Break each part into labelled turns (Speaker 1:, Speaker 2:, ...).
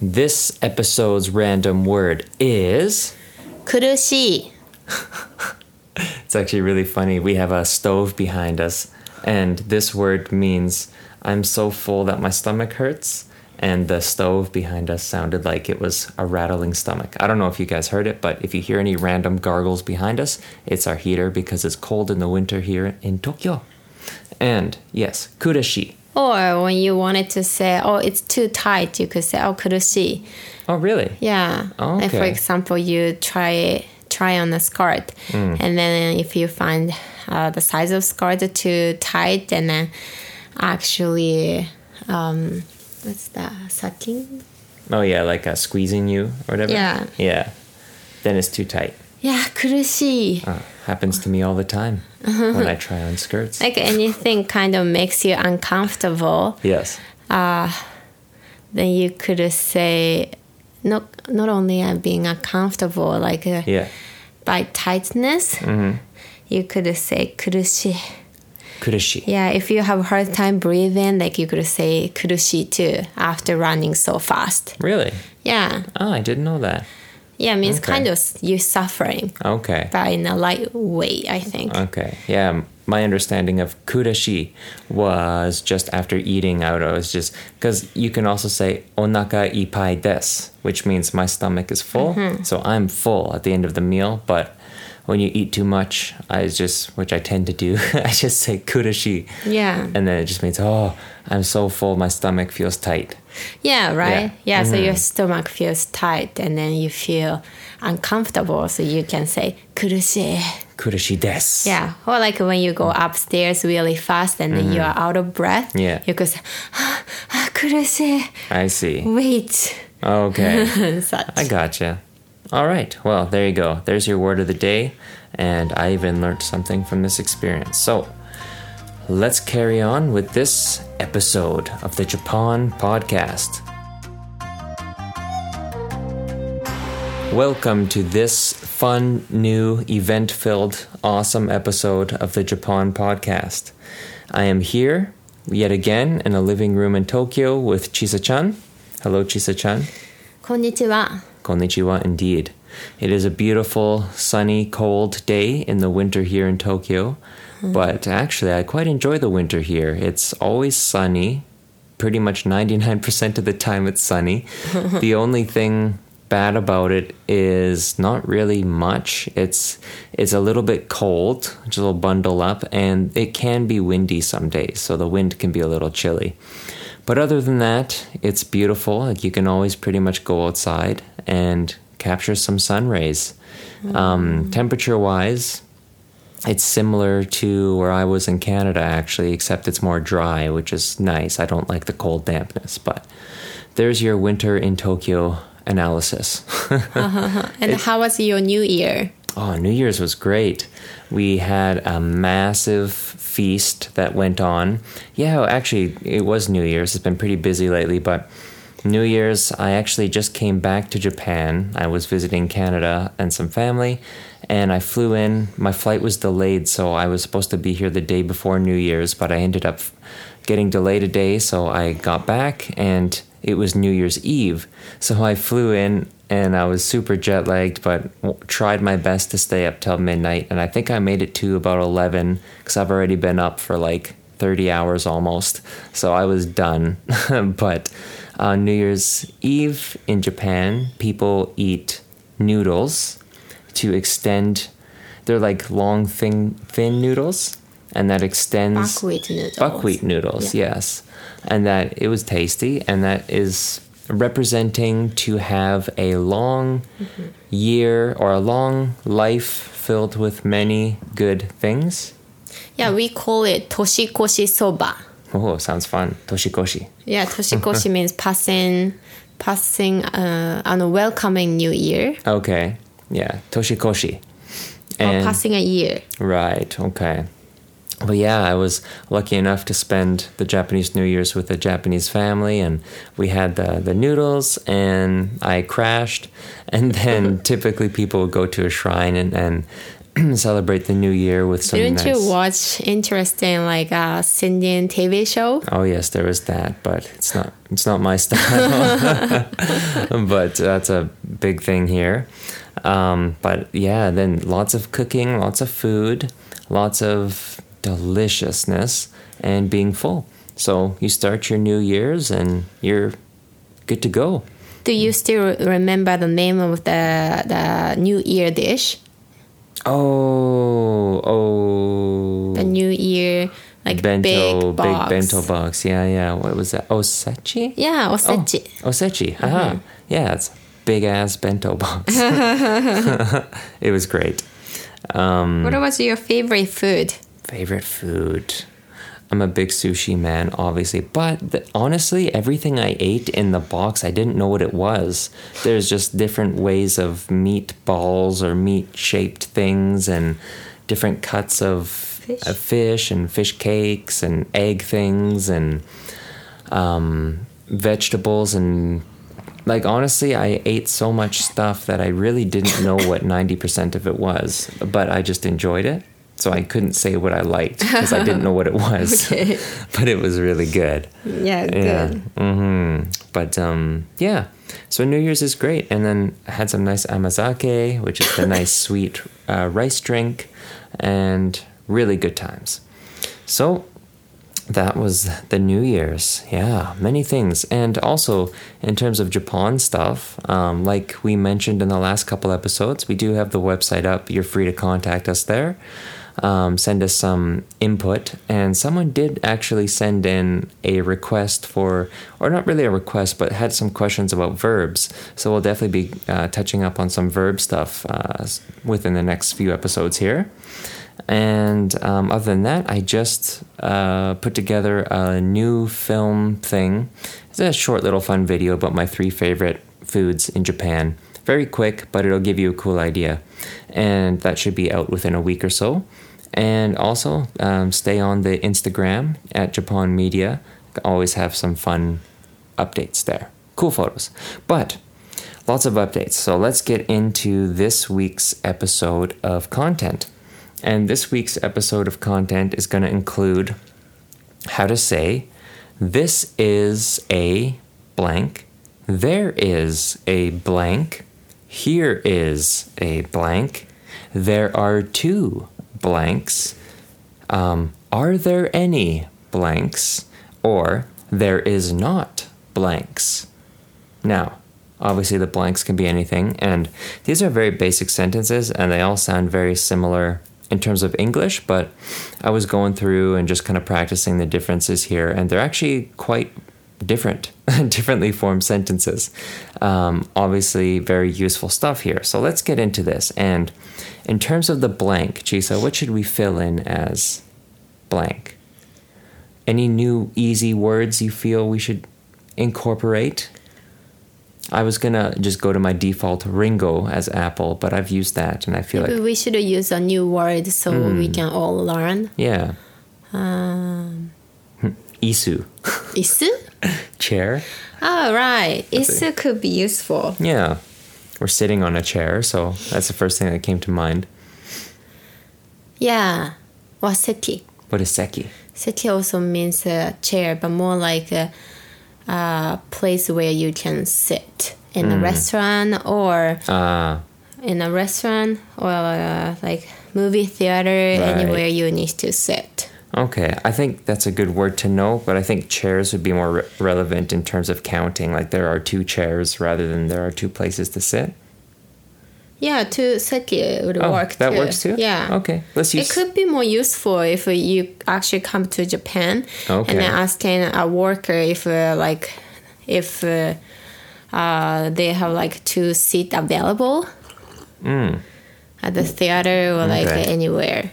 Speaker 1: This episode's random word is.
Speaker 2: 苦しい
Speaker 1: It's actually really funny. We have a stove behind us, and this word means I'm so full that my stomach hurts. And the stove behind us sounded like it was a rattling stomach. I don't know if you guys heard it, but if you hear any random gargles behind us, it's our heater because it's cold in the winter here in Tokyo. And yes, kudashi.
Speaker 2: or when you wanted to say oh it's too tight you could say oh 苦しい
Speaker 1: Oh, really?
Speaker 2: Yeah. Like for
Speaker 1: Okay.
Speaker 2: example, you try try on a skirt, and then if you find uh, the size of skirt too tight, and then uh, actually, um, what's that? Sucking?
Speaker 1: Oh, yeah, like uh, squeezing you or whatever.
Speaker 2: Yeah.
Speaker 1: Yeah. Then it's too tight.
Speaker 2: Yeah, 苦しい.
Speaker 1: Uh, happens to me all the time
Speaker 2: Uh-huh.
Speaker 1: when I try on skirts.
Speaker 2: Like anything kind of makes you uncomfortable,
Speaker 1: Yes.
Speaker 2: then you could say. Not, not only I'm being uncomfortable, like uh,
Speaker 1: Yeah.
Speaker 2: by tightness,
Speaker 1: Mm-hmm.
Speaker 2: you could say 苦しい.
Speaker 1: Kudashi.
Speaker 2: Yeah, if you have a hard time breathing, like you could say kurushi too after running so fast.
Speaker 1: Really?
Speaker 2: Yeah,
Speaker 1: Oh, I didn't know that.
Speaker 2: yeah, means
Speaker 1: Okay.
Speaker 2: kind of s- you suffering,
Speaker 1: Okay.
Speaker 2: but in a light way, I think.
Speaker 1: Okay. Yeah, m- my understanding of kudashi was just after eating out. I was just because you can also say onaka ipai des, which means my stomach is full.
Speaker 2: Mm-hmm.
Speaker 1: So I'm full at the end of the meal. But when you eat too much, I just, which I tend to do, I just say kudashi.
Speaker 2: Yeah,
Speaker 1: And then it just means, oh, I'm so full, my stomach feels tight.
Speaker 2: yeah, right.
Speaker 1: Yeah. Mm-hmm.
Speaker 2: Yeah, so your stomach feels tight, and then you feel uncomfortable, so you can say kurushi.
Speaker 1: Kudashi des.
Speaker 2: Yeah, or like when you go upstairs really fast and then you are out of breath.
Speaker 1: Mm-hmm. Yeah.
Speaker 2: you could say ah, ah, kurushi.
Speaker 1: I see.
Speaker 2: Wait,
Speaker 1: Okay.
Speaker 2: and such.
Speaker 1: I gotcha. All right. Well, there you go. There's your word of the day. And I even learned something from this experience. So let's carry on with this episode of the Japan Podcast. Welcome to this fun, new, event filled, awesome episode of the Japan Podcast. I am here yet again in a living room in Tokyo with Chisa chan. Hello, Chisa chan.
Speaker 2: こんにちは。
Speaker 1: Konnichiwa indeed. It is a beautiful, sunny, cold day in the winter here in Tokyo. But actually, I quite enjoy the winter here. It's always sunny. Pretty much 99% of the time, it's sunny. the only thing bad about it is not really much. It's it's a little bit cold, just a little bundle up, and it can be windy some days, so the wind can be a little chilly. But other than that, it's beautiful. Like you can always pretty much go outside and capture some sun rays. Um, temperature wise, it's similar to where I was in Canada actually, except it's more dry, which is nice. I don't like the cold dampness, but there's your winter in Tokyo analysis.
Speaker 2: And how was your new year?
Speaker 1: Oh, New Year's was great. We had a massive feast that went on. Yeah, actually, it was New Year's. It's been pretty busy lately, but New Year's, I actually just came back to Japan. I was visiting Canada and some family, and I flew in. My flight was delayed, so I was supposed to be here the day before New Year's, but I ended up getting delayed a day, so I got back and it was New Year's Eve. So I flew in and I was super jet lagged, but w- tried my best to stay up till midnight. And I think I made it to about 11 because I've already been up for like 30 hours almost. So I was done. but on New Year's Eve in Japan, people eat noodles to extend. They're like long, thin, thin noodles, and that extends
Speaker 2: Buckwheat noodles.
Speaker 1: buckwheat noodles yes and that it was tasty and that is representing to have a long year or a long life filled with many good things
Speaker 2: Yeah, we call it toshikoshi soba.
Speaker 1: oh sounds fun toshikoshi
Speaker 2: Yeah, toshikoshi means passing, passing uh, on a welcoming new year
Speaker 1: okay yeah toshikoshi Oh,
Speaker 2: or passing a year.
Speaker 1: Right. Okay. But yeah, I was lucky enough to spend the Japanese New Year's with a Japanese family, and we had the, the noodles, and I crashed. And then typically people would go to a shrine and, and celebrate the new year with something
Speaker 2: Didn't
Speaker 1: Oh, nice.
Speaker 2: you watch interesting like uh, Indian TV show?
Speaker 1: Oh yes, there is that, but it's not it's not my style. but that's a big thing here. Um, but yeah, then lots of cooking, lots of food, lots of deliciousness, and being full. So you start your New Year's and you're good to go.
Speaker 2: Do you still remember the name of the the New Year dish?
Speaker 1: Oh, oh.
Speaker 2: The New Year like
Speaker 1: bento,
Speaker 2: big box.
Speaker 1: bento box. Yeah, yeah. What was that? Osechi?
Speaker 2: Yeah,
Speaker 1: Oh,
Speaker 2: osechi.
Speaker 1: Osechi. Aha. Yeah, it's big ass bento box. it was great. Mm.
Speaker 2: What was your favorite food?
Speaker 1: Favorite food. I'm a big sushi man, obviously, but th honestly, everything I ate in the box, I didn't know what it was. There's just different ways of meat balls or meat shaped things and different cuts of
Speaker 2: Fish.
Speaker 1: of fish and fish cakes and egg things and um, vegetables and like honestly i ate so much stuff that i really didn't know what 90% of it was but i just enjoyed it so i couldn't say what i liked because i didn't know what it was
Speaker 2: Okay.
Speaker 1: but it was really good
Speaker 2: Yeah,
Speaker 1: yeah
Speaker 2: good.
Speaker 1: hmm but um, yeah so new year's is great and then I had some nice amazake which is the nice sweet uh, rice drink and really good times so that was the New Year's. Yeah, many things. And also, in terms of Japan stuff, um, like we mentioned in the last couple episodes, we do have the website up. You're free to contact us there, um, send us some input. And someone did actually send in a request for, or not really a request, but had some questions about verbs. So we'll definitely be uh, touching up on some verb stuff uh, s- within the next few episodes here. And um, other than that, I just uh, put together a new film thing. It's a short little fun video about my three favorite foods in Japan. Very quick, but it'll give you a cool idea. And that should be out within a week or so. And also, um, stay on the Instagram at Japan Media. Always have some fun updates there. Cool photos. But lots of updates. So let's get into this week's episode of content. And this week's episode of content is going to include how to say, this is a blank, there is a blank, here is a blank, there are two blanks, um, are there any blanks, or there is not blanks. Now, obviously, the blanks can be anything, and these are very basic sentences, and they all sound very similar in terms of English, but I was going through and just kind of practicing the differences here, and they're actually quite different, differently formed sentences. Um, obviously, very useful stuff here. So let's get into this. And in terms of the blank, Chisa, what should we fill in as blank? Any new easy words you feel we should incorporate? I was gonna just go to my default Ringo as Apple, but I've used that and I feel
Speaker 2: Maybe
Speaker 1: like
Speaker 2: we should use a new word so we
Speaker 1: Hmm.
Speaker 2: can all learn.
Speaker 1: yeah. Hmm.
Speaker 2: Um,
Speaker 1: Isu.
Speaker 2: isu?
Speaker 1: Chair.
Speaker 2: All right.
Speaker 1: That's
Speaker 2: Isu could be useful.
Speaker 1: Yeah. We're sitting on a chair, so that's the first thing that came to mind.
Speaker 2: Yeah. Waseki.
Speaker 1: What is seki?
Speaker 2: Seki also means a chair, but more like a, a place where you can sit in a restaurant or
Speaker 1: Hmm. Ah,
Speaker 2: in a restaurant or uh, like movie theater,
Speaker 1: Right.
Speaker 2: anywhere you need to sit.
Speaker 1: okay. I think that's a good word to know, but I think chairs would be more re- relevant in terms of counting. Like there are two chairs rather than there are two places to sit.
Speaker 2: Yeah, to seki would
Speaker 1: Oh,
Speaker 2: work
Speaker 1: that
Speaker 2: too.
Speaker 1: works too.
Speaker 2: Yeah.
Speaker 1: Okay. Let's
Speaker 2: It
Speaker 1: use.
Speaker 2: could be more useful if you actually come to Japan
Speaker 1: Okay.
Speaker 2: and then asking a worker if uh, like if uh, uh, they have like two seat available at the theater or like
Speaker 1: Hmm. Okay.
Speaker 2: anywhere.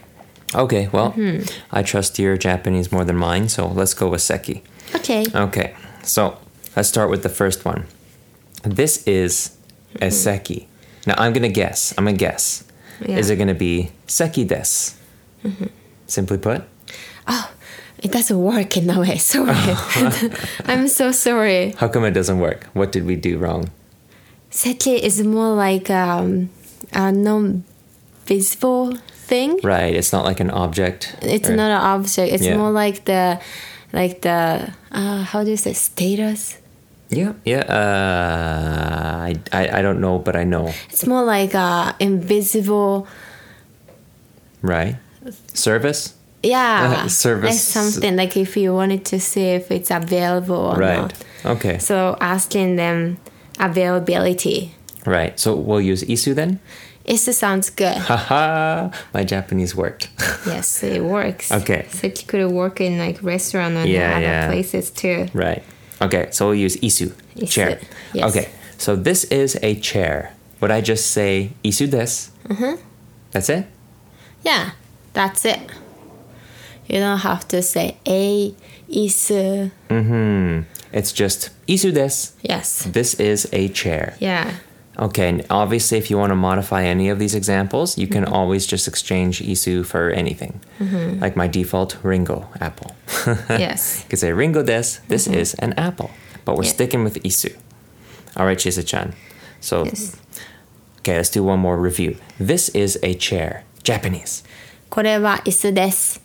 Speaker 1: Okay. Well,
Speaker 2: Mm-hmm.
Speaker 1: I trust your Japanese more than mine, so let's go with seki.
Speaker 2: Okay.
Speaker 1: Okay, so let's start with the first one. This is
Speaker 2: Mm-hmm.
Speaker 1: a seki. Now I'm gonna guess. I'm gonna guess.
Speaker 2: Yeah. Mm-hmm.
Speaker 1: Is it gonna be seki des? Simply put,
Speaker 2: It doesn't work in a way. Sorry. I'm so sorry.
Speaker 1: how come it doesn't work? What did we do wrong?
Speaker 2: Seki is more like um, a non visible thing.
Speaker 1: Right. It's not like an object.
Speaker 2: It's
Speaker 1: or-
Speaker 2: not an object. It's
Speaker 1: Yeah.
Speaker 2: more like the, like the, uh, how do you say status?
Speaker 1: Yeah. Yeah. Uh, I, I I don't know, but I know.
Speaker 2: It's more like uh, invisible.
Speaker 1: Right.
Speaker 2: Uh,
Speaker 1: Service.
Speaker 2: Yeah,
Speaker 1: Uh, service-
Speaker 2: Like something like if you wanted to see if it's available or
Speaker 1: Right.
Speaker 2: not.
Speaker 1: Okay.
Speaker 2: So asking them availability.
Speaker 1: Right. So we'll use isu then.
Speaker 2: It sounds good.
Speaker 1: Haha. My Japanese worked.
Speaker 2: yes, it works.
Speaker 1: Okay.
Speaker 2: So it could work in like restaurant and
Speaker 1: Yeah,
Speaker 2: other
Speaker 1: yeah.
Speaker 2: places too.
Speaker 1: right. Okay. So we'll use isu.
Speaker 2: Isu,
Speaker 1: Chair.
Speaker 2: yes.
Speaker 1: Okay. So this is a chair. Would I just say isu des? Mm-hmm. That's it.
Speaker 2: Yeah, that's it. You don't have to say uh," a isu.
Speaker 1: It's just isu des.
Speaker 2: Yes.
Speaker 1: This is a chair.
Speaker 2: Yeah.
Speaker 1: Okay, and obviously, if you want to modify any of these examples, you can
Speaker 2: Mm-hmm.
Speaker 1: always just exchange isu for anything. Like my default Ringo apple.
Speaker 2: Yes.
Speaker 1: You could say Ringo des, this is an apple. But we're
Speaker 2: Mm-hmm. Yeah.
Speaker 1: sticking with isu. All right, Chisa chan. So,
Speaker 2: Yes.
Speaker 1: okay, let's do one more review. This is a chair, Japanese.
Speaker 2: これは椅子です。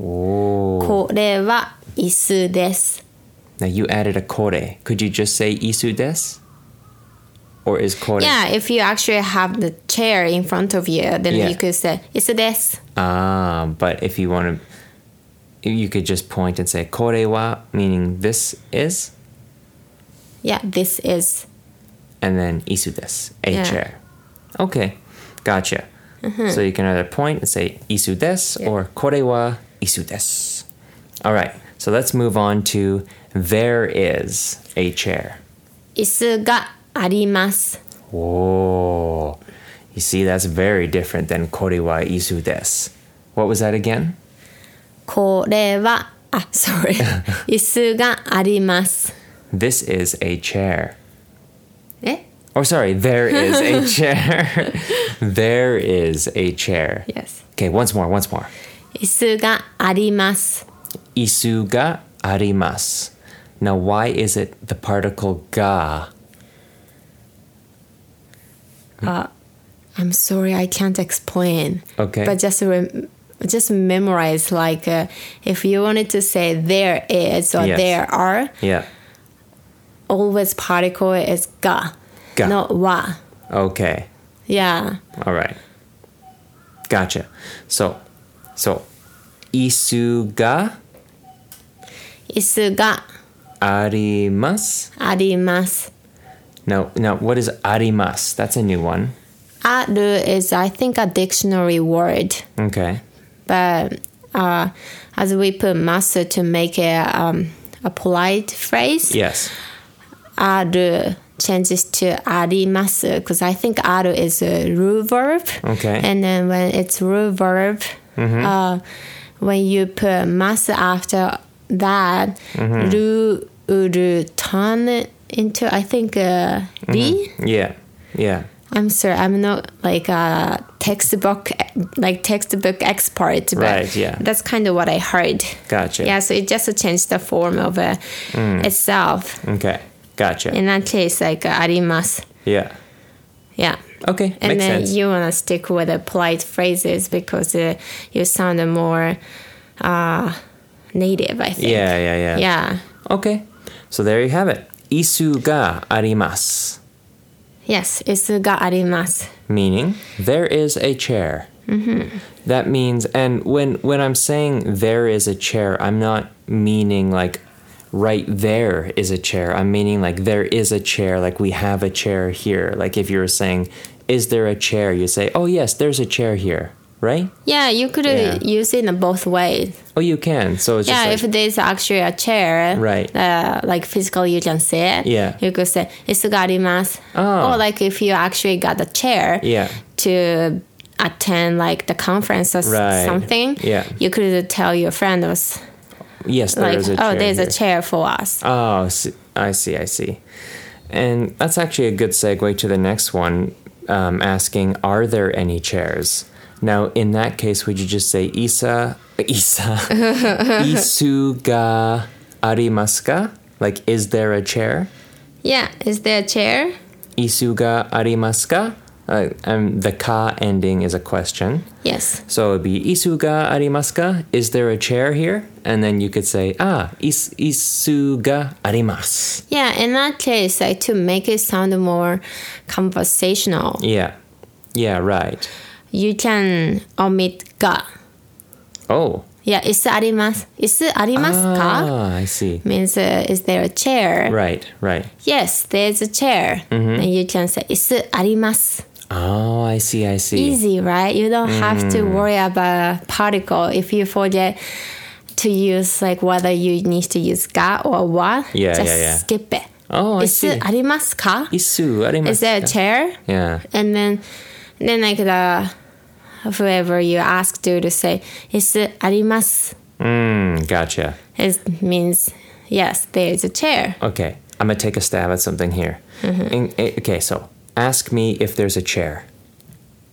Speaker 1: Oh.
Speaker 2: これは椅子です。
Speaker 1: Now, you added a kore. Could you just say isu des? Or is kore?
Speaker 2: Yeah, if you actually have the chair in front of you, then
Speaker 1: Yeah.
Speaker 2: you could say "It's this."
Speaker 1: Ah, but if you want to, you could just point and say "kore wa," meaning this is,
Speaker 2: Yeah, this is.
Speaker 1: and then "isu des," a
Speaker 2: Yeah. Mm-hmm.
Speaker 1: chair. Okay, gotcha. So you can either point and say "isu des"
Speaker 2: Yeah.
Speaker 1: or "kore wa isu des." All right. So let's move on to "there is a chair."
Speaker 2: 椅子があります。
Speaker 1: Whoa. You see, that's very different than "kore wa isu des." What was that again?
Speaker 2: これはあ、sorry。椅子があります。
Speaker 1: This is a chair.
Speaker 2: え
Speaker 1: Or sorry, there is a chair. there is a chair.
Speaker 2: Yes.
Speaker 1: Okay, once more, once more.
Speaker 2: 椅子があります。
Speaker 1: Isu ga arimas. Now, why is it the particle ga?
Speaker 2: Uh, I'm sorry, I can't explain.
Speaker 1: Okay.
Speaker 2: But just rem- just memorize like uh, if you wanted to say there is or
Speaker 1: Yes.
Speaker 2: there are,
Speaker 1: Yeah.
Speaker 2: always particle is ga,
Speaker 1: Ga.
Speaker 2: not wa.
Speaker 1: Okay.
Speaker 2: Yeah.
Speaker 1: All right. Gotcha. So, so isu ga
Speaker 2: 椅子が
Speaker 1: arimas.
Speaker 2: あります。
Speaker 1: Now, now, what is arimas? That's a new one.
Speaker 2: ある is I think a dictionary word,
Speaker 1: Okay.
Speaker 2: but uh, as we put master to make a um, a polite phrase,
Speaker 1: Yes.
Speaker 2: ある changes to あります because I think ある is a root verb,
Speaker 1: Okay. Mm-hmm.
Speaker 2: and then when it's root verb, uh, when you put master after that,
Speaker 1: Mm-hmm.
Speaker 2: ru uru turn into I think uh, ri.
Speaker 1: Yeah. Yeah.
Speaker 2: I'm sorry, I'm not like a textbook like textbook expert, but
Speaker 1: Right, yeah.
Speaker 2: that's kind of what I heard.
Speaker 1: Gotcha. Mm.
Speaker 2: Yeah, so it just changed the form of uh, itself.
Speaker 1: Okay. Gotcha.
Speaker 2: In that case, like uh, arimas.
Speaker 1: yeah.
Speaker 2: Yeah.
Speaker 1: Okay. Makes
Speaker 2: And then
Speaker 1: sense.
Speaker 2: you want to stick with the polite phrases because uh, you sound more uh, native, I think.
Speaker 1: Yeah, yeah, yeah.
Speaker 2: Yeah.
Speaker 1: Okay. So there you have it. Isu ga arimas,
Speaker 2: Yes, it's ga arimas.
Speaker 1: meaning there is a chair. Mm-hmm. That means, and when when I'm saying there is a chair, I'm not meaning like right there is a chair. I'm meaning like there is a chair, like we have a chair here. Like if you were saying, is there a chair? You say, oh yes, there's a chair here, right?
Speaker 2: Yeah, you could uh
Speaker 1: Yeah.
Speaker 2: use it in both ways.
Speaker 1: Oh, you can. So it's
Speaker 2: Yeah,
Speaker 1: just like,
Speaker 2: if there's actually a chair,
Speaker 1: Right.
Speaker 2: Uh, like physically, you can see it.
Speaker 1: Yeah.
Speaker 2: you could say it's garimas.
Speaker 1: Oh.
Speaker 2: Or like if you actually got a chair,
Speaker 1: Yeah.
Speaker 2: to attend like the conference or s-
Speaker 1: Right.
Speaker 2: something,
Speaker 1: Yeah.
Speaker 2: you could tell your friend was
Speaker 1: yes, there
Speaker 2: like,
Speaker 1: is a chair.
Speaker 2: oh, there's
Speaker 1: here.
Speaker 2: a chair for us.
Speaker 1: Oh, s- I see, I see. And that's actually a good segue to the next one um, asking, are there any chairs? Now, in that case, would you just say, Isa, Isa, Isu ga arimasu ka? Like, is there a chair?
Speaker 2: Yeah, is there a chair?
Speaker 1: Isu ga arimasu ka? Uh, um, the ka ending is a question.
Speaker 2: Yes.
Speaker 1: So it'd be isu ga arimasu ka? Is there a chair here? And then you could say ah is isu ga arimasu.
Speaker 2: Yeah, in that case, like to make it sound more conversational,
Speaker 1: Yeah, yeah, right.
Speaker 2: you can omit ga.
Speaker 1: Oh,
Speaker 2: Yeah, is arimas is arimas ka
Speaker 1: ah, I see.
Speaker 2: means uh, is there a chair?
Speaker 1: Right, Mm-hmm. right.
Speaker 2: Yes, there's a chair, and you can say is arimas.
Speaker 1: Oh, I see, I see.
Speaker 2: Easy, right? You don't have
Speaker 1: Mm.
Speaker 2: to worry about particle if you forget to use like whether you need to use ga or what.
Speaker 1: Yeah,
Speaker 2: just
Speaker 1: yeah, yeah.
Speaker 2: skip it.
Speaker 1: Oh, I
Speaker 2: Is
Speaker 1: see.
Speaker 2: arimas ka?
Speaker 1: Isu arimasu.
Speaker 2: Is there a
Speaker 1: ka?
Speaker 2: chair?
Speaker 1: Yeah.
Speaker 2: and then then like the whoever you ask to to say is arimas
Speaker 1: Mm, gotcha.
Speaker 2: it means yes there's a chair
Speaker 1: Okay, I'm gonna take a stab at something here.
Speaker 2: Mm-hmm.
Speaker 1: In- eh, okay, so ask me if there's a chair.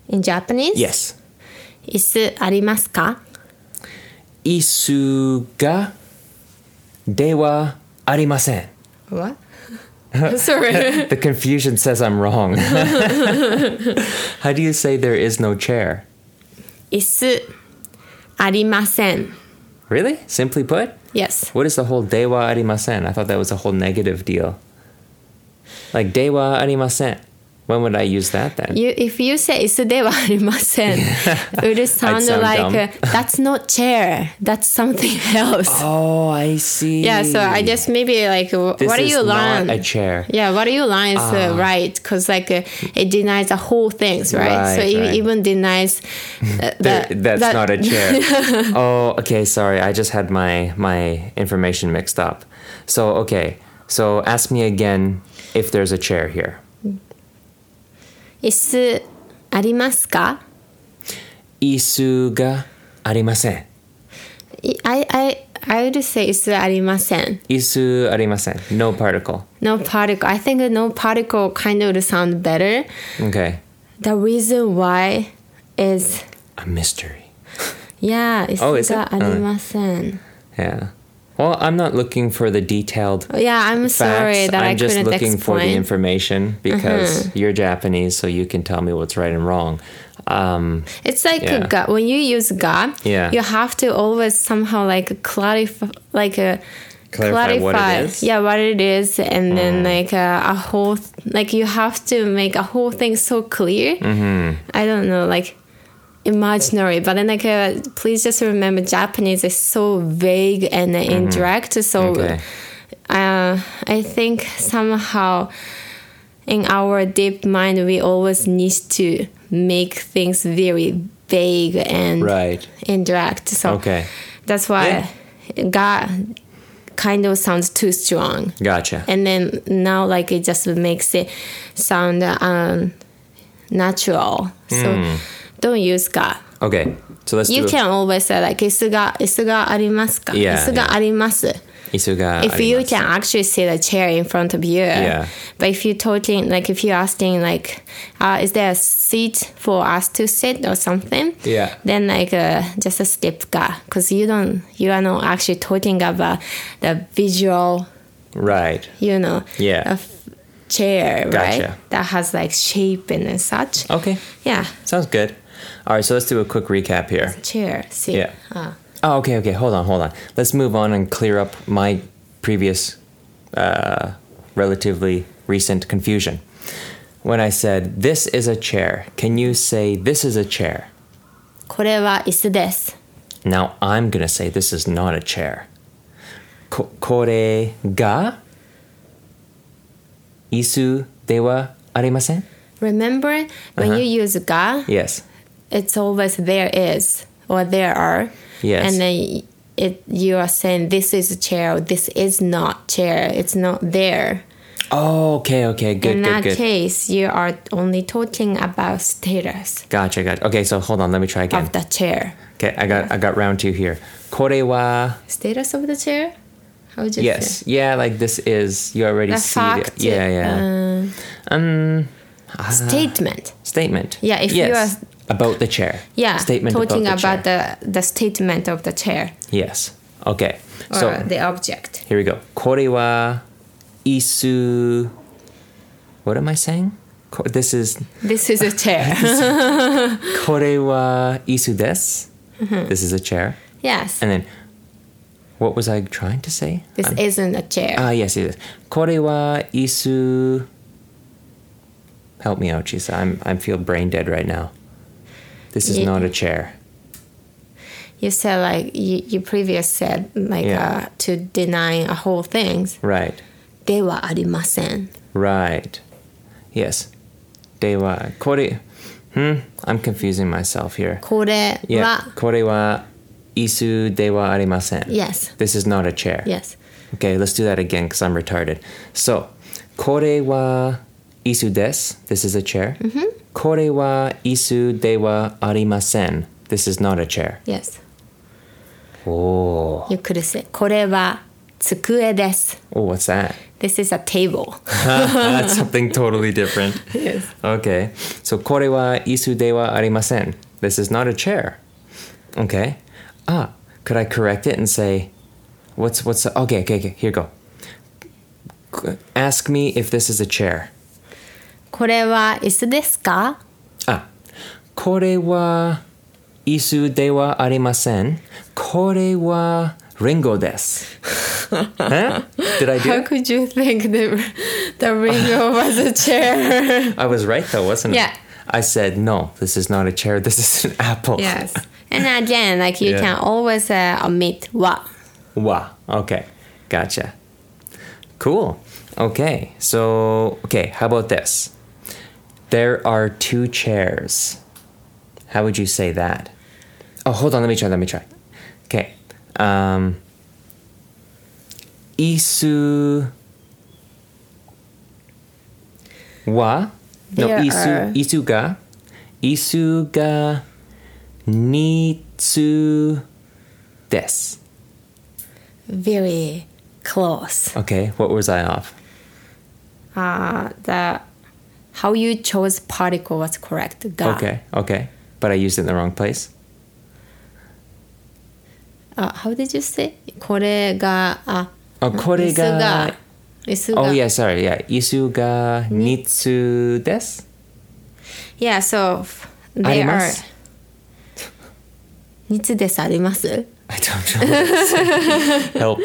Speaker 2: in japanese
Speaker 1: Yes.
Speaker 2: is arimas ka
Speaker 1: Isu ga dewa arimasen.
Speaker 2: what sorry
Speaker 1: The confusion says I'm wrong. How do you say there is no chair?
Speaker 2: is arimasen
Speaker 1: Really? Simply put,
Speaker 2: yes
Speaker 1: what is the whole dewa arimasen? I thought that was a whole negative deal. Like dewa arimasen. When would I use that then?
Speaker 2: you, if you say is dewa arimasen it would sound,
Speaker 1: sound
Speaker 2: like
Speaker 1: dumb.
Speaker 2: uh, that's not chair that's something else
Speaker 1: Oh, I see.
Speaker 2: yeah so i just maybe like w
Speaker 1: This
Speaker 2: what do
Speaker 1: is
Speaker 2: you learn
Speaker 1: not a chair.
Speaker 2: Yeah, what you line is
Speaker 1: Ah.
Speaker 2: uh, right because like uh, it denies the whole things, right? so
Speaker 1: Right,
Speaker 2: it
Speaker 1: right.
Speaker 2: even denies uh,
Speaker 1: There-
Speaker 2: that,
Speaker 1: that's
Speaker 2: that-
Speaker 1: not a chair. oh, okay. Sorry, I just had my my information mixed up. So okay, so ask me again if there's a chair here.
Speaker 2: Is uh, ありますか?
Speaker 1: Isu ga arimasen.
Speaker 2: I I I would say it's uh, ありません.
Speaker 1: Isu arimasen. No particle.
Speaker 2: No particle. I think uh, no particle kind of would sound better.
Speaker 1: Okay,
Speaker 2: The reason why is
Speaker 1: a mystery.
Speaker 2: yeah, it's
Speaker 1: Oh, is it?
Speaker 2: ありません.
Speaker 1: Yeah. Well, I'm not looking for the detailed
Speaker 2: yeah, I'm sorry
Speaker 1: facts.
Speaker 2: that
Speaker 1: I'm
Speaker 2: I
Speaker 1: just
Speaker 2: couldn't
Speaker 1: looking
Speaker 2: explain.
Speaker 1: for
Speaker 2: Mm-hmm.
Speaker 1: the information because you're Japanese, so you can tell me what's right and wrong. Um,
Speaker 2: It's like
Speaker 1: Yeah.
Speaker 2: a God. When you use God,
Speaker 1: Yeah.
Speaker 2: you have to always somehow like clarify, like uh,
Speaker 1: Clarify what it is? Mm.
Speaker 2: yeah, what it is, and then like uh, a whole, like you have to make a whole thing so clear.
Speaker 1: Mm-hmm.
Speaker 2: I don't know, like imaginary, but then like uh, please just remember Japanese is so vague and indirect, so.
Speaker 1: Mm-hmm. Okay.
Speaker 2: Uh, I think somehow in our deep mind we always need to make things very vague and
Speaker 1: right.
Speaker 2: indirect. So
Speaker 1: Okay.
Speaker 2: that's why God kind of sounds too strong.
Speaker 1: Gotcha.
Speaker 2: And then now like it just makes it sound um, natural. So
Speaker 1: Hmm.
Speaker 2: don't use God.
Speaker 1: Okay, so let's
Speaker 2: You
Speaker 1: do
Speaker 2: can always say like 椅子が-椅子がありますか?
Speaker 1: Yeah,
Speaker 2: 椅子があります。
Speaker 1: Isuga.
Speaker 2: if you can actually see the chair in front of you
Speaker 1: Yeah.
Speaker 2: but if you're talking like if you're asking like uh, is there a seat for us to sit or something
Speaker 1: Yeah.
Speaker 2: then like uh, just a skip ga because you don't you are not actually talking about the visual
Speaker 1: Right.
Speaker 2: you know
Speaker 1: Yeah.
Speaker 2: of chair
Speaker 1: Gotcha. Oh.
Speaker 2: right that has like shape and such
Speaker 1: Okay,
Speaker 2: yeah
Speaker 1: sounds good. All right, so let's do a quick recap here.
Speaker 2: chair seat
Speaker 1: Yeah.
Speaker 2: Ah.
Speaker 1: Oh, okay, okay. Hold on, hold on. Let's move on and clear up my previous, uh, relatively recent confusion. When I said this is a chair, can you say this is a chair?
Speaker 2: これは椅子です。
Speaker 1: Now I'm gonna say this is not a chair. Ko- Kore ga isu dewa arimasen?
Speaker 2: remember when
Speaker 1: Uh-huh.
Speaker 2: you use ga
Speaker 1: Yes.
Speaker 2: it's always there is or there are.
Speaker 1: Yes.
Speaker 2: And then it you are saying this is a chair or this is not chair. It's not there.
Speaker 1: Oh, okay, okay, good,
Speaker 2: In
Speaker 1: good,
Speaker 2: that
Speaker 1: good.
Speaker 2: case, you are only talking about status
Speaker 1: Gotcha, gotcha. Okay, so hold on, let me try again.
Speaker 2: of the chair.
Speaker 1: Okay, I got I got round two here. Kore wa
Speaker 2: Status of the chair? How would you say?
Speaker 1: yes, yeah, like this is you already
Speaker 2: The
Speaker 1: see it.
Speaker 2: fact. Uh,
Speaker 1: Yeah, yeah. um,
Speaker 2: statement.
Speaker 1: statement.
Speaker 2: Yeah, if you
Speaker 1: yes. about the chair.
Speaker 2: Yeah.
Speaker 1: statement
Speaker 2: talking
Speaker 1: about the chair.
Speaker 2: the, the statement of the chair
Speaker 1: yes. Okay,
Speaker 2: or
Speaker 1: so
Speaker 2: the object.
Speaker 1: here we go. Kore wa isu. What am I saying? ko- this is
Speaker 2: This is a chair.
Speaker 1: kore wa isu desu.
Speaker 2: Mm-hmm.
Speaker 1: This is a chair.
Speaker 2: yes.
Speaker 1: And then what was I trying to say?
Speaker 2: This
Speaker 1: I'm-
Speaker 2: isn't a chair.
Speaker 1: Ah, yes, it is. Kore wa isu. Help me out, Chisa. I'm I feel brain dead right now. This is
Speaker 2: Ye-
Speaker 1: not a chair.
Speaker 2: you said like you, you previous said like
Speaker 1: Yeah.
Speaker 2: uh, to denying a whole things.
Speaker 1: Right.
Speaker 2: ではありません.
Speaker 1: Right. Yes. Dewa. Kore. Hmm. I'm confusing myself here.
Speaker 2: これは
Speaker 1: Yeah. Kore wa isu dewa arimasen.
Speaker 2: yes
Speaker 1: This is not a chair.
Speaker 2: yes
Speaker 1: Okay, let's do that again because I'm retarded. So, kore wa isu des. This is a chair. Mm-hmm. Kore wa isu dewa arimasen. This is not a chair.
Speaker 2: yes.
Speaker 1: Oh,
Speaker 2: You could say これは机です.
Speaker 1: oh, what's that?
Speaker 2: This is a table.
Speaker 1: That's something totally different.
Speaker 2: yes.
Speaker 1: Okay, so kore wa isu dewa arimasen. This is not a chair. Okay. Ah, could I correct it and say, what's what's? The, okay, okay, okay. Here go. Qu- Ask me if this is a chair.
Speaker 2: これは椅子ですか?
Speaker 1: Ah, kore wa isu dewa arimasen. Kore wa ringo desu. huh? Did I do
Speaker 2: How
Speaker 1: it?
Speaker 2: could you think the the Ringo was a chair?
Speaker 1: I was right though, wasn't
Speaker 2: Yeah.
Speaker 1: I? I said no. This is not a chair. This is an apple.
Speaker 2: yes. And again, like you
Speaker 1: Yeah.
Speaker 2: can always uh, omit wa.
Speaker 1: Wow. Okay. Gotcha. Cool. Okay. So, okay, how about this? There are two chairs. How would you say that? Oh, hold on. Let me try. Let me try. Okay. Um, isu wa no
Speaker 2: There
Speaker 1: isu
Speaker 2: are-
Speaker 1: isu ga isu ga nitsu desu.
Speaker 2: Very close.
Speaker 1: Okay, what was I off?
Speaker 2: Uh, the how you chose particle was correct. Ga.
Speaker 1: Okay, okay. But I used it in the wrong place.
Speaker 2: Uh, how did you say? これが uh,
Speaker 1: Oh, kore ga.
Speaker 2: 椅子が椅子が
Speaker 1: Oh, yeah, sorry. Yeah. Isu ga nitsu desu?
Speaker 2: Yeah, so f- they are.
Speaker 1: あります。
Speaker 2: いつですあります?
Speaker 1: I don't know. what to say. Help.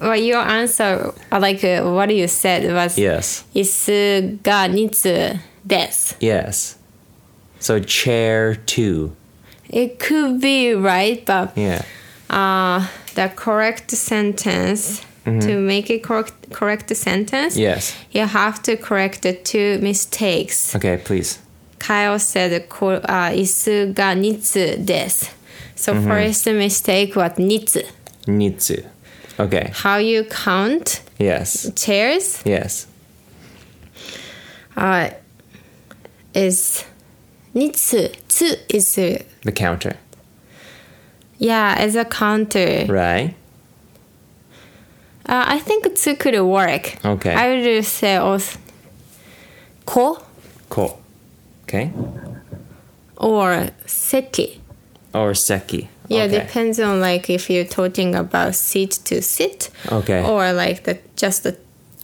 Speaker 2: Well, your answer, uh, like uh, what you said, was
Speaker 1: Yes.
Speaker 2: 椅子が2つです.
Speaker 1: Yes. So chair two.
Speaker 2: It could be right, but
Speaker 1: Yeah.
Speaker 2: uh, the correct sentence
Speaker 1: Mm-hmm.
Speaker 2: to make a correct correct sentence,
Speaker 1: Yes.
Speaker 2: you have to correct the two mistakes.
Speaker 1: Okay, please.
Speaker 2: Kyle said, "こ- uh, 椅子が2つです. So
Speaker 1: Mm-hmm.
Speaker 2: first mistake was 2つ.
Speaker 1: Nitsu. Okay.
Speaker 2: How you count
Speaker 1: Yes.
Speaker 2: chairs
Speaker 1: Yes.
Speaker 2: uh, is 2つ. 2 is uh,
Speaker 1: The counter.
Speaker 2: Yeah, as a counter.
Speaker 1: Right?
Speaker 2: Uh, I think two could work.
Speaker 1: Okay.
Speaker 2: I would say also ko
Speaker 1: Ko. Okay.
Speaker 2: or seki.
Speaker 1: Or seki.
Speaker 2: Yeah,
Speaker 1: okay.
Speaker 2: depends on like if you're talking about seat to sit.
Speaker 1: Okay.
Speaker 2: Or like the just the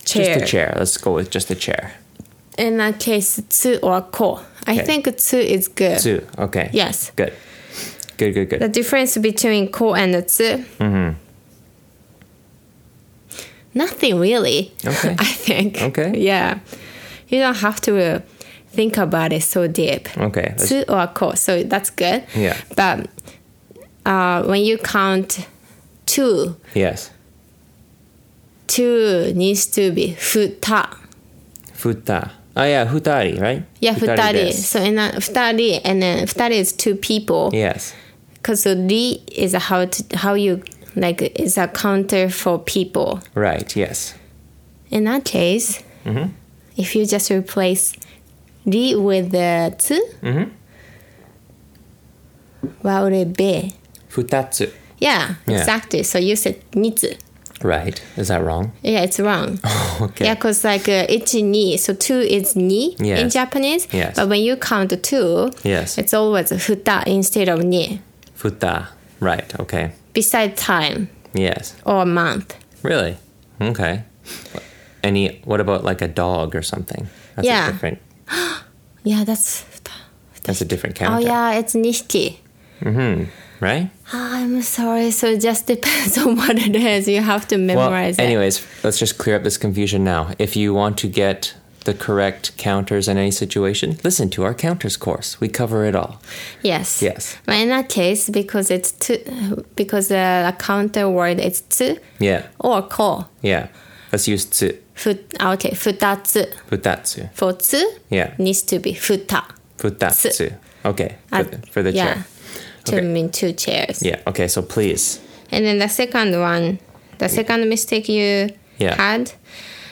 Speaker 2: chair.
Speaker 1: Just a chair. Let's go with just a chair.
Speaker 2: In that case, tsu or ko. I
Speaker 1: Okay.
Speaker 2: think tsu is good.
Speaker 1: Two. Okay.
Speaker 2: Yes.
Speaker 1: Good. Good, good, good.
Speaker 2: The difference between ko and tsu. Mm-hmm. Nothing really.
Speaker 1: Okay.
Speaker 2: I think.
Speaker 1: Okay.
Speaker 2: Yeah. You don't have to uh, think about it so deep.
Speaker 1: Okay, let's-
Speaker 2: Tsu or ko, so that's good.
Speaker 1: Yeah.
Speaker 2: But uh, when you count two,
Speaker 1: Yes.
Speaker 2: two needs to be futa.
Speaker 1: Futa. Oh yeah, futari, right?
Speaker 2: Yeah, futari.
Speaker 1: desu.
Speaker 2: So in a futari, and then futari is two people.
Speaker 1: Yes.
Speaker 2: Because ri is how to, how you like is a counter for people.
Speaker 1: Right. Yes.
Speaker 2: In that case,
Speaker 1: Mm-hmm.
Speaker 2: if you just replace ri with the tsu,
Speaker 1: Mm-hmm.
Speaker 2: what would it be?
Speaker 1: Futatsu.
Speaker 2: Yeah,
Speaker 1: Yeah.
Speaker 2: exactly. So you said nitsu.
Speaker 1: Right. Is that wrong?
Speaker 2: Yeah, it's wrong.
Speaker 1: Okay.
Speaker 2: Yeah, because like uh, ichi ni, so two is ni in
Speaker 1: Yes.
Speaker 2: Japanese.
Speaker 1: Yes.
Speaker 2: But when you count the two,
Speaker 1: Yes.
Speaker 2: it's always futa instead of ni,
Speaker 1: Futa. Right. Okay.
Speaker 2: beside time
Speaker 1: Yes.
Speaker 2: or month.
Speaker 1: Really. Okay. Any? What about like a dog or something? That's
Speaker 2: Yeah.
Speaker 1: a different.
Speaker 2: Yeah, that's.
Speaker 1: That's a different
Speaker 2: Oh,
Speaker 1: countdown.
Speaker 2: yeah, it's Nishiki.
Speaker 1: Right.
Speaker 2: I'm sorry. So it just depends on what it is. You have to
Speaker 1: Well,
Speaker 2: memorize it.
Speaker 1: anyways, let's just clear up this confusion now. If you want to get the correct counters in any situation, listen to our counters course. We cover it all.
Speaker 2: Yes.
Speaker 1: Yes.
Speaker 2: But in that case, because it's two, because the counter word is tsu
Speaker 1: Yeah.
Speaker 2: or ko.
Speaker 1: Yeah. Let's use tsu,
Speaker 2: Fut, ah, okay, futatsu.
Speaker 1: futatsu.
Speaker 2: For tsu
Speaker 1: Yeah.
Speaker 2: needs to be futa.
Speaker 1: Futatsu. Okay. For
Speaker 2: Uh,
Speaker 1: the, for the
Speaker 2: yeah.
Speaker 1: chair.
Speaker 2: To
Speaker 1: Okay.
Speaker 2: mean two chairs.
Speaker 1: Yeah. Okay. So please.
Speaker 2: And then the second one, the second mistake you
Speaker 1: Yeah.
Speaker 2: had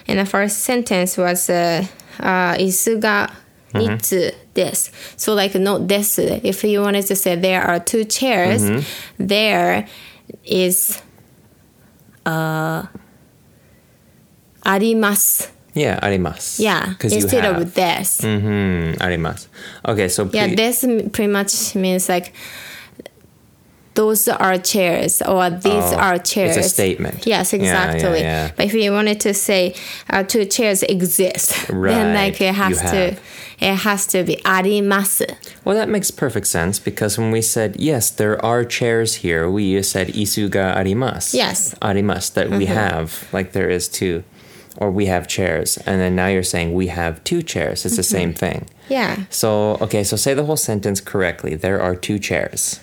Speaker 2: in the first sentence was uh, uh, isuga
Speaker 1: Mm-hmm.
Speaker 2: nitsu des. So like no desu. If you wanted to say there are two chairs,
Speaker 1: Mm-hmm.
Speaker 2: there is uh, arimasu.
Speaker 1: Yeah. Arimas.
Speaker 2: Yeah,
Speaker 1: Because you
Speaker 2: instead
Speaker 1: have.
Speaker 2: of des.
Speaker 1: Mm-hmm. Arimas. Okay. So please.
Speaker 2: Yeah, this m- pretty much means like those are chairs or these
Speaker 1: Oh,
Speaker 2: are
Speaker 1: it's a
Speaker 2: chairs.
Speaker 1: statement.
Speaker 2: Yes,
Speaker 1: Yeah, yeah,
Speaker 2: exactly.
Speaker 1: yeah.
Speaker 2: But if you wanted to say uh, two chairs exist, then like
Speaker 1: Right, you
Speaker 2: it has to
Speaker 1: have.
Speaker 2: it has to be arimasu.
Speaker 1: Well, that makes perfect sense because when we said, yes, there are chairs here, we said isuga arimas.
Speaker 2: Yes.
Speaker 1: Arimas, that we have, like there is two, or we have chairs. And then now you're saying we have two chairs. It's the same thing.
Speaker 2: Yeah.
Speaker 1: So, okay, so say the whole sentence correctly. There are two chairs.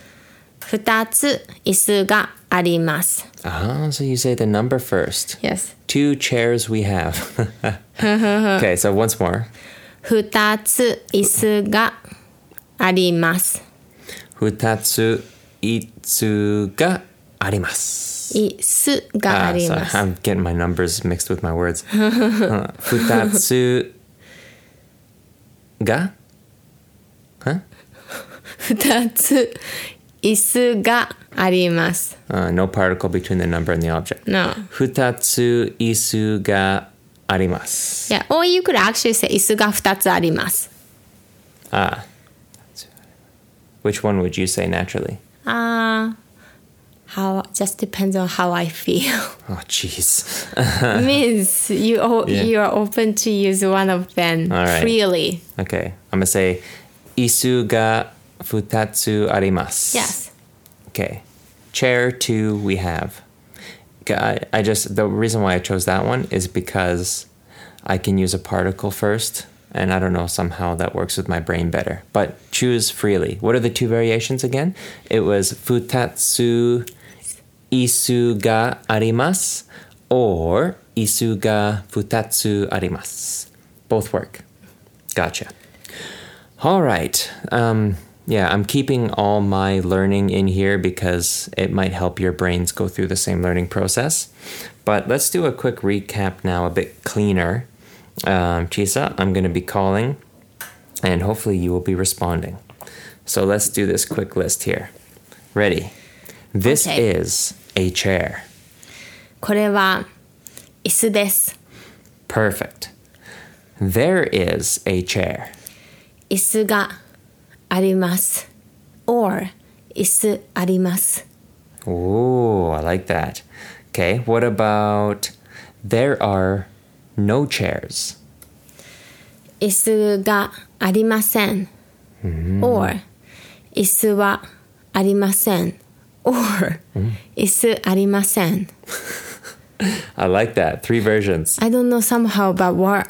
Speaker 2: 二つ isu ga arimasu.
Speaker 1: Ah, so you say the number first.
Speaker 2: Yes.
Speaker 1: Two chairs we have. okay, so once more.
Speaker 2: 二つ isu ga arimasu.
Speaker 1: Futatsu itsuga arimas.
Speaker 2: Isu ga
Speaker 1: Ah, sorry,
Speaker 2: arimasu.
Speaker 1: I'm getting my numbers mixed with my words. Huh. Futatsu ga?
Speaker 2: 二つ isu ga arimasu.
Speaker 1: Uh, no particle between the number and the object.
Speaker 2: No.
Speaker 1: Futatsu isu ga arimasu.
Speaker 2: Yeah, or you could actually say 椅子が2つあります。
Speaker 1: Which one would you say naturally?
Speaker 2: Ah, how just depends on how I feel.
Speaker 1: Oh, jeez.
Speaker 2: Means you o-
Speaker 1: Yeah.
Speaker 2: you are open to use one of them
Speaker 1: All right.
Speaker 2: freely.
Speaker 1: Okay, I'm gonna say isu ga futatsu arimasu.
Speaker 2: Yes.
Speaker 1: Okay. Chair two, we have. G- I I just, the reason why I chose that one is because I can use a particle first, and I don't know, somehow that works with my brain better. But choose freely. What are the two variations again? It was futatsu isu ga arimas or isu ga futatsu arimas. Both work. Gotcha. All right. Um, yeah, I'm keeping all my learning in here because it might help your brains go through the same learning process. But let's do a quick recap now, a bit cleaner. Um, Chisa, I'm going to be calling and hopefully you will be responding. So let's do this quick list here. Ready? This
Speaker 2: Okay.
Speaker 1: is a chair.
Speaker 2: これは椅子です。
Speaker 1: Perfect. There is a chair.
Speaker 2: 椅子があります。or 椅子あります。
Speaker 1: Ooh, I like that. Okay, what about there are no chairs?
Speaker 2: 椅子がありません。or
Speaker 1: Hmm.
Speaker 2: 椅子はありません。or
Speaker 1: Hmm.
Speaker 2: 椅子ありません。
Speaker 1: I like that. Three versions.
Speaker 2: I don't know somehow, but what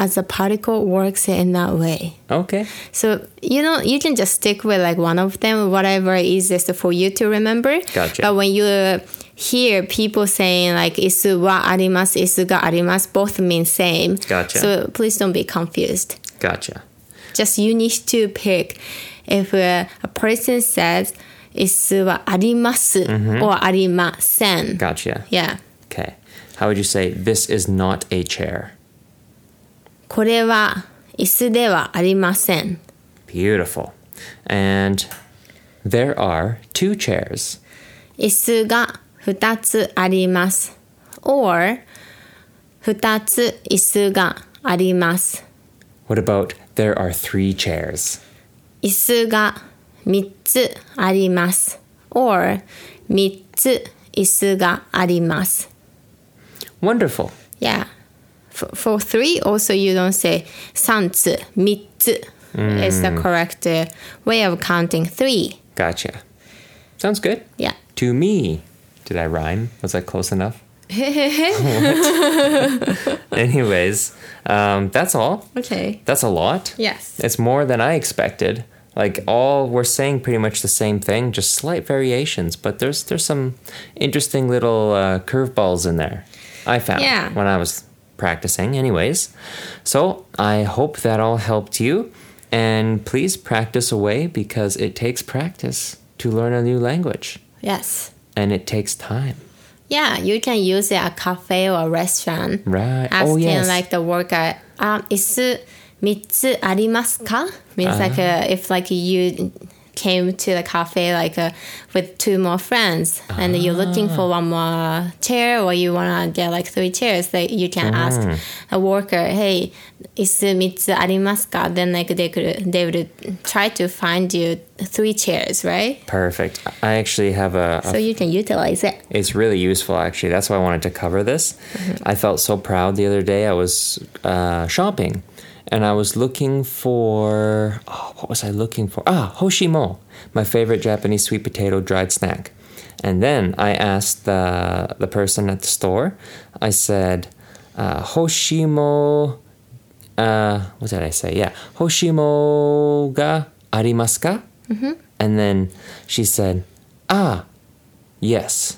Speaker 2: as a particle works in that way.
Speaker 1: Okay.
Speaker 2: So you know you can just stick with like one of them, whatever is easiest for you to remember.
Speaker 1: Gotcha.
Speaker 2: But when you uh, hear people saying like "isu wa arimasu," "isu ga arimasu," both mean same.
Speaker 1: Gotcha.
Speaker 2: So please don't be confused.
Speaker 1: Gotcha.
Speaker 2: Just you need to pick if uh, a person says "isu wa arimasu"
Speaker 1: Mm-hmm.
Speaker 2: or "arimasen."
Speaker 1: Gotcha.
Speaker 2: Yeah.
Speaker 1: Okay. How would you say this is not a chair?
Speaker 2: これは椅子ではありません。
Speaker 1: Beautiful. And there are two chairs.
Speaker 2: 椅子が2つあります。or 2つ椅子があります。
Speaker 1: What about there are three chairs?
Speaker 2: 椅子が3つあります。or 3つ椅子があります。
Speaker 1: Wonderful.
Speaker 2: Yeah. for, for three, also you don't say 三つ,三つ is the correct uh, way of counting three.
Speaker 1: Gotcha. Sounds good.
Speaker 2: Yeah.
Speaker 1: To me. Did I rhyme? Was I close enough? What? Anyways, um, that's all.
Speaker 2: Okay.
Speaker 1: That's a lot.
Speaker 2: Yes.
Speaker 1: It's more than I expected. Like all we're saying pretty much the same thing, just slight variations, but there's there's some interesting little uh, curveballs in there. I found
Speaker 2: Yeah.
Speaker 1: when I was practicing anyways. So, I hope that all helped you and please practice away because it takes practice to learn a new language
Speaker 2: Yes.
Speaker 1: and it takes time.
Speaker 2: Yeah, you can use it at cafe or restaurant.
Speaker 1: Right.
Speaker 2: Asking
Speaker 1: oh yes.
Speaker 2: like the worker, um, is 三つありますか? Means like
Speaker 1: Uh-huh.
Speaker 2: uh, if like you came to the cafe like uh, with two more friends and you're looking
Speaker 1: Ah.
Speaker 2: for one more chair or you wanna get like three chairs, that you can ask
Speaker 1: Mm.
Speaker 2: a worker, hey, 椅子三つありますか? Then like they could they would try to find you three chairs, right?
Speaker 1: Perfect. I actually have a, a
Speaker 2: So you can utilize it.
Speaker 1: it's really useful actually that's why i wanted to cover this i felt so proud the other day i was uh, shopping and i was looking for oh, what was i looking for ah hoshimo my favorite japanese sweet potato dried snack and then i asked the, the person at the store i said uh, hoshimo uh, what did i say yeah hoshimo ga arimasu ka and then she said ah yes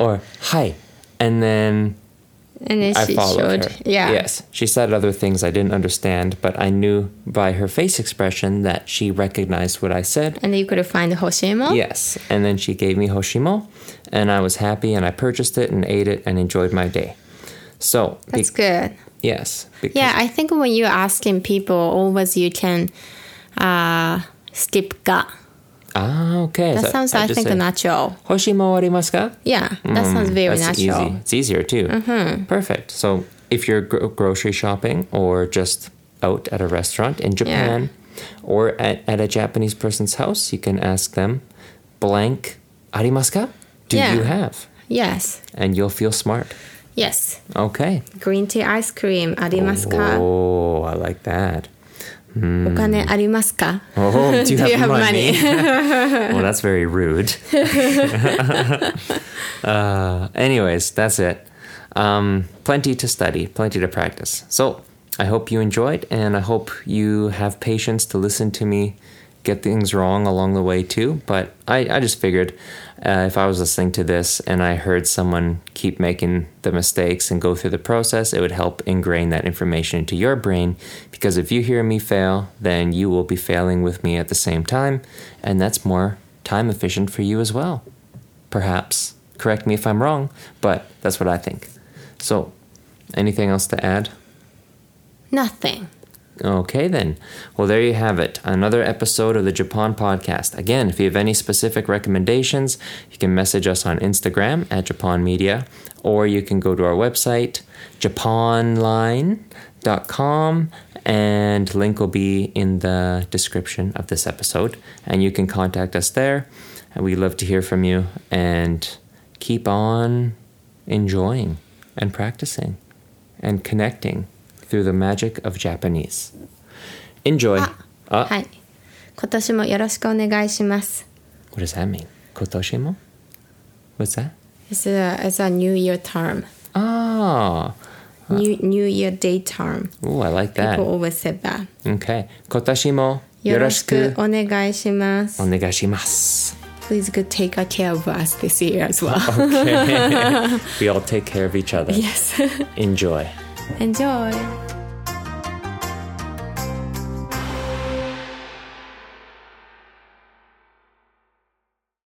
Speaker 1: or hi and then
Speaker 2: And then
Speaker 1: i
Speaker 2: she
Speaker 1: followed
Speaker 2: showed
Speaker 1: her
Speaker 2: Yeah.
Speaker 1: yes she said other things i didn't understand but i knew by her face expression that she recognized what i said
Speaker 2: And you could find Hoshimo.
Speaker 1: yes and then she gave me hoshimo and i was happy and i purchased it and ate it and enjoyed my day so be-
Speaker 2: That's good.
Speaker 1: yes because
Speaker 2: Yeah, I think when you're asking people, always you can uh, skip ga.
Speaker 1: ah okay
Speaker 2: That
Speaker 1: So
Speaker 2: sounds,
Speaker 1: I
Speaker 2: I,
Speaker 1: just
Speaker 2: think,
Speaker 1: said,
Speaker 2: natural.
Speaker 1: hoshimo arimasu ka
Speaker 2: Yeah, that sounds very
Speaker 1: Mm, That's
Speaker 2: natural. Mm-hmm.
Speaker 1: easy. It's easier too. Perfect. So if you're gro- grocery shopping or just out at a restaurant in Japan or at, at a Japanese person's house, you can ask them, blank, arimasu ka? Do
Speaker 2: Yeah.
Speaker 1: you have?
Speaker 2: Yes,
Speaker 1: And you'll feel smart.
Speaker 2: yes.
Speaker 1: Okay.
Speaker 2: Green tea ice cream, arimasu ka?
Speaker 1: Oh, I like that.
Speaker 2: Okane arimasu ka?
Speaker 1: Oh, do you, have,
Speaker 2: you have
Speaker 1: money?
Speaker 2: money?
Speaker 1: well, that's very rude. uh, anyways, that's it. Um, plenty to study, plenty to practice. So I hope you enjoyed, and I hope you have patience to listen to me get things wrong along the way too. But I, I just figured uh, if I was listening to this and I heard someone keep making the mistakes and go through the process, it would help ingrain that information into your brain. Because if you hear me fail, then you will be failing with me at the same time, and that's more time efficient for you as well perhaps. Correct me if I'm wrong, but that's what I think. So, anything else to add?
Speaker 2: Nothing.
Speaker 1: Okay, then. Well, there you have it. Another episode of the Japan Podcast. Again, if you have any specific recommendations, you can message us on Instagram at Japan Media, or you can go to our website, japanline.com, and link will be in the description of this episode. And you can contact us there. And we love to hear from you. And keep on enjoying and practicing and connecting through the magic of Japanese. Enjoy. Ah,
Speaker 2: はい。今年もよろしくお願いします。
Speaker 1: What does that mean? Kotoshimo? What's that?
Speaker 2: It's a, it's a new year term.
Speaker 1: Ah,
Speaker 2: New, new year day term.
Speaker 1: oh, I like that.
Speaker 2: People always said that.
Speaker 1: Okay. Kotoshimo
Speaker 2: よろし
Speaker 1: yoroshiku
Speaker 2: くお願いします。
Speaker 1: onegaishimasu.
Speaker 2: Please go take good care of us this year as well.
Speaker 1: Okay. we all take care of each other.
Speaker 2: yes.
Speaker 1: Enjoy.
Speaker 2: Enjoy.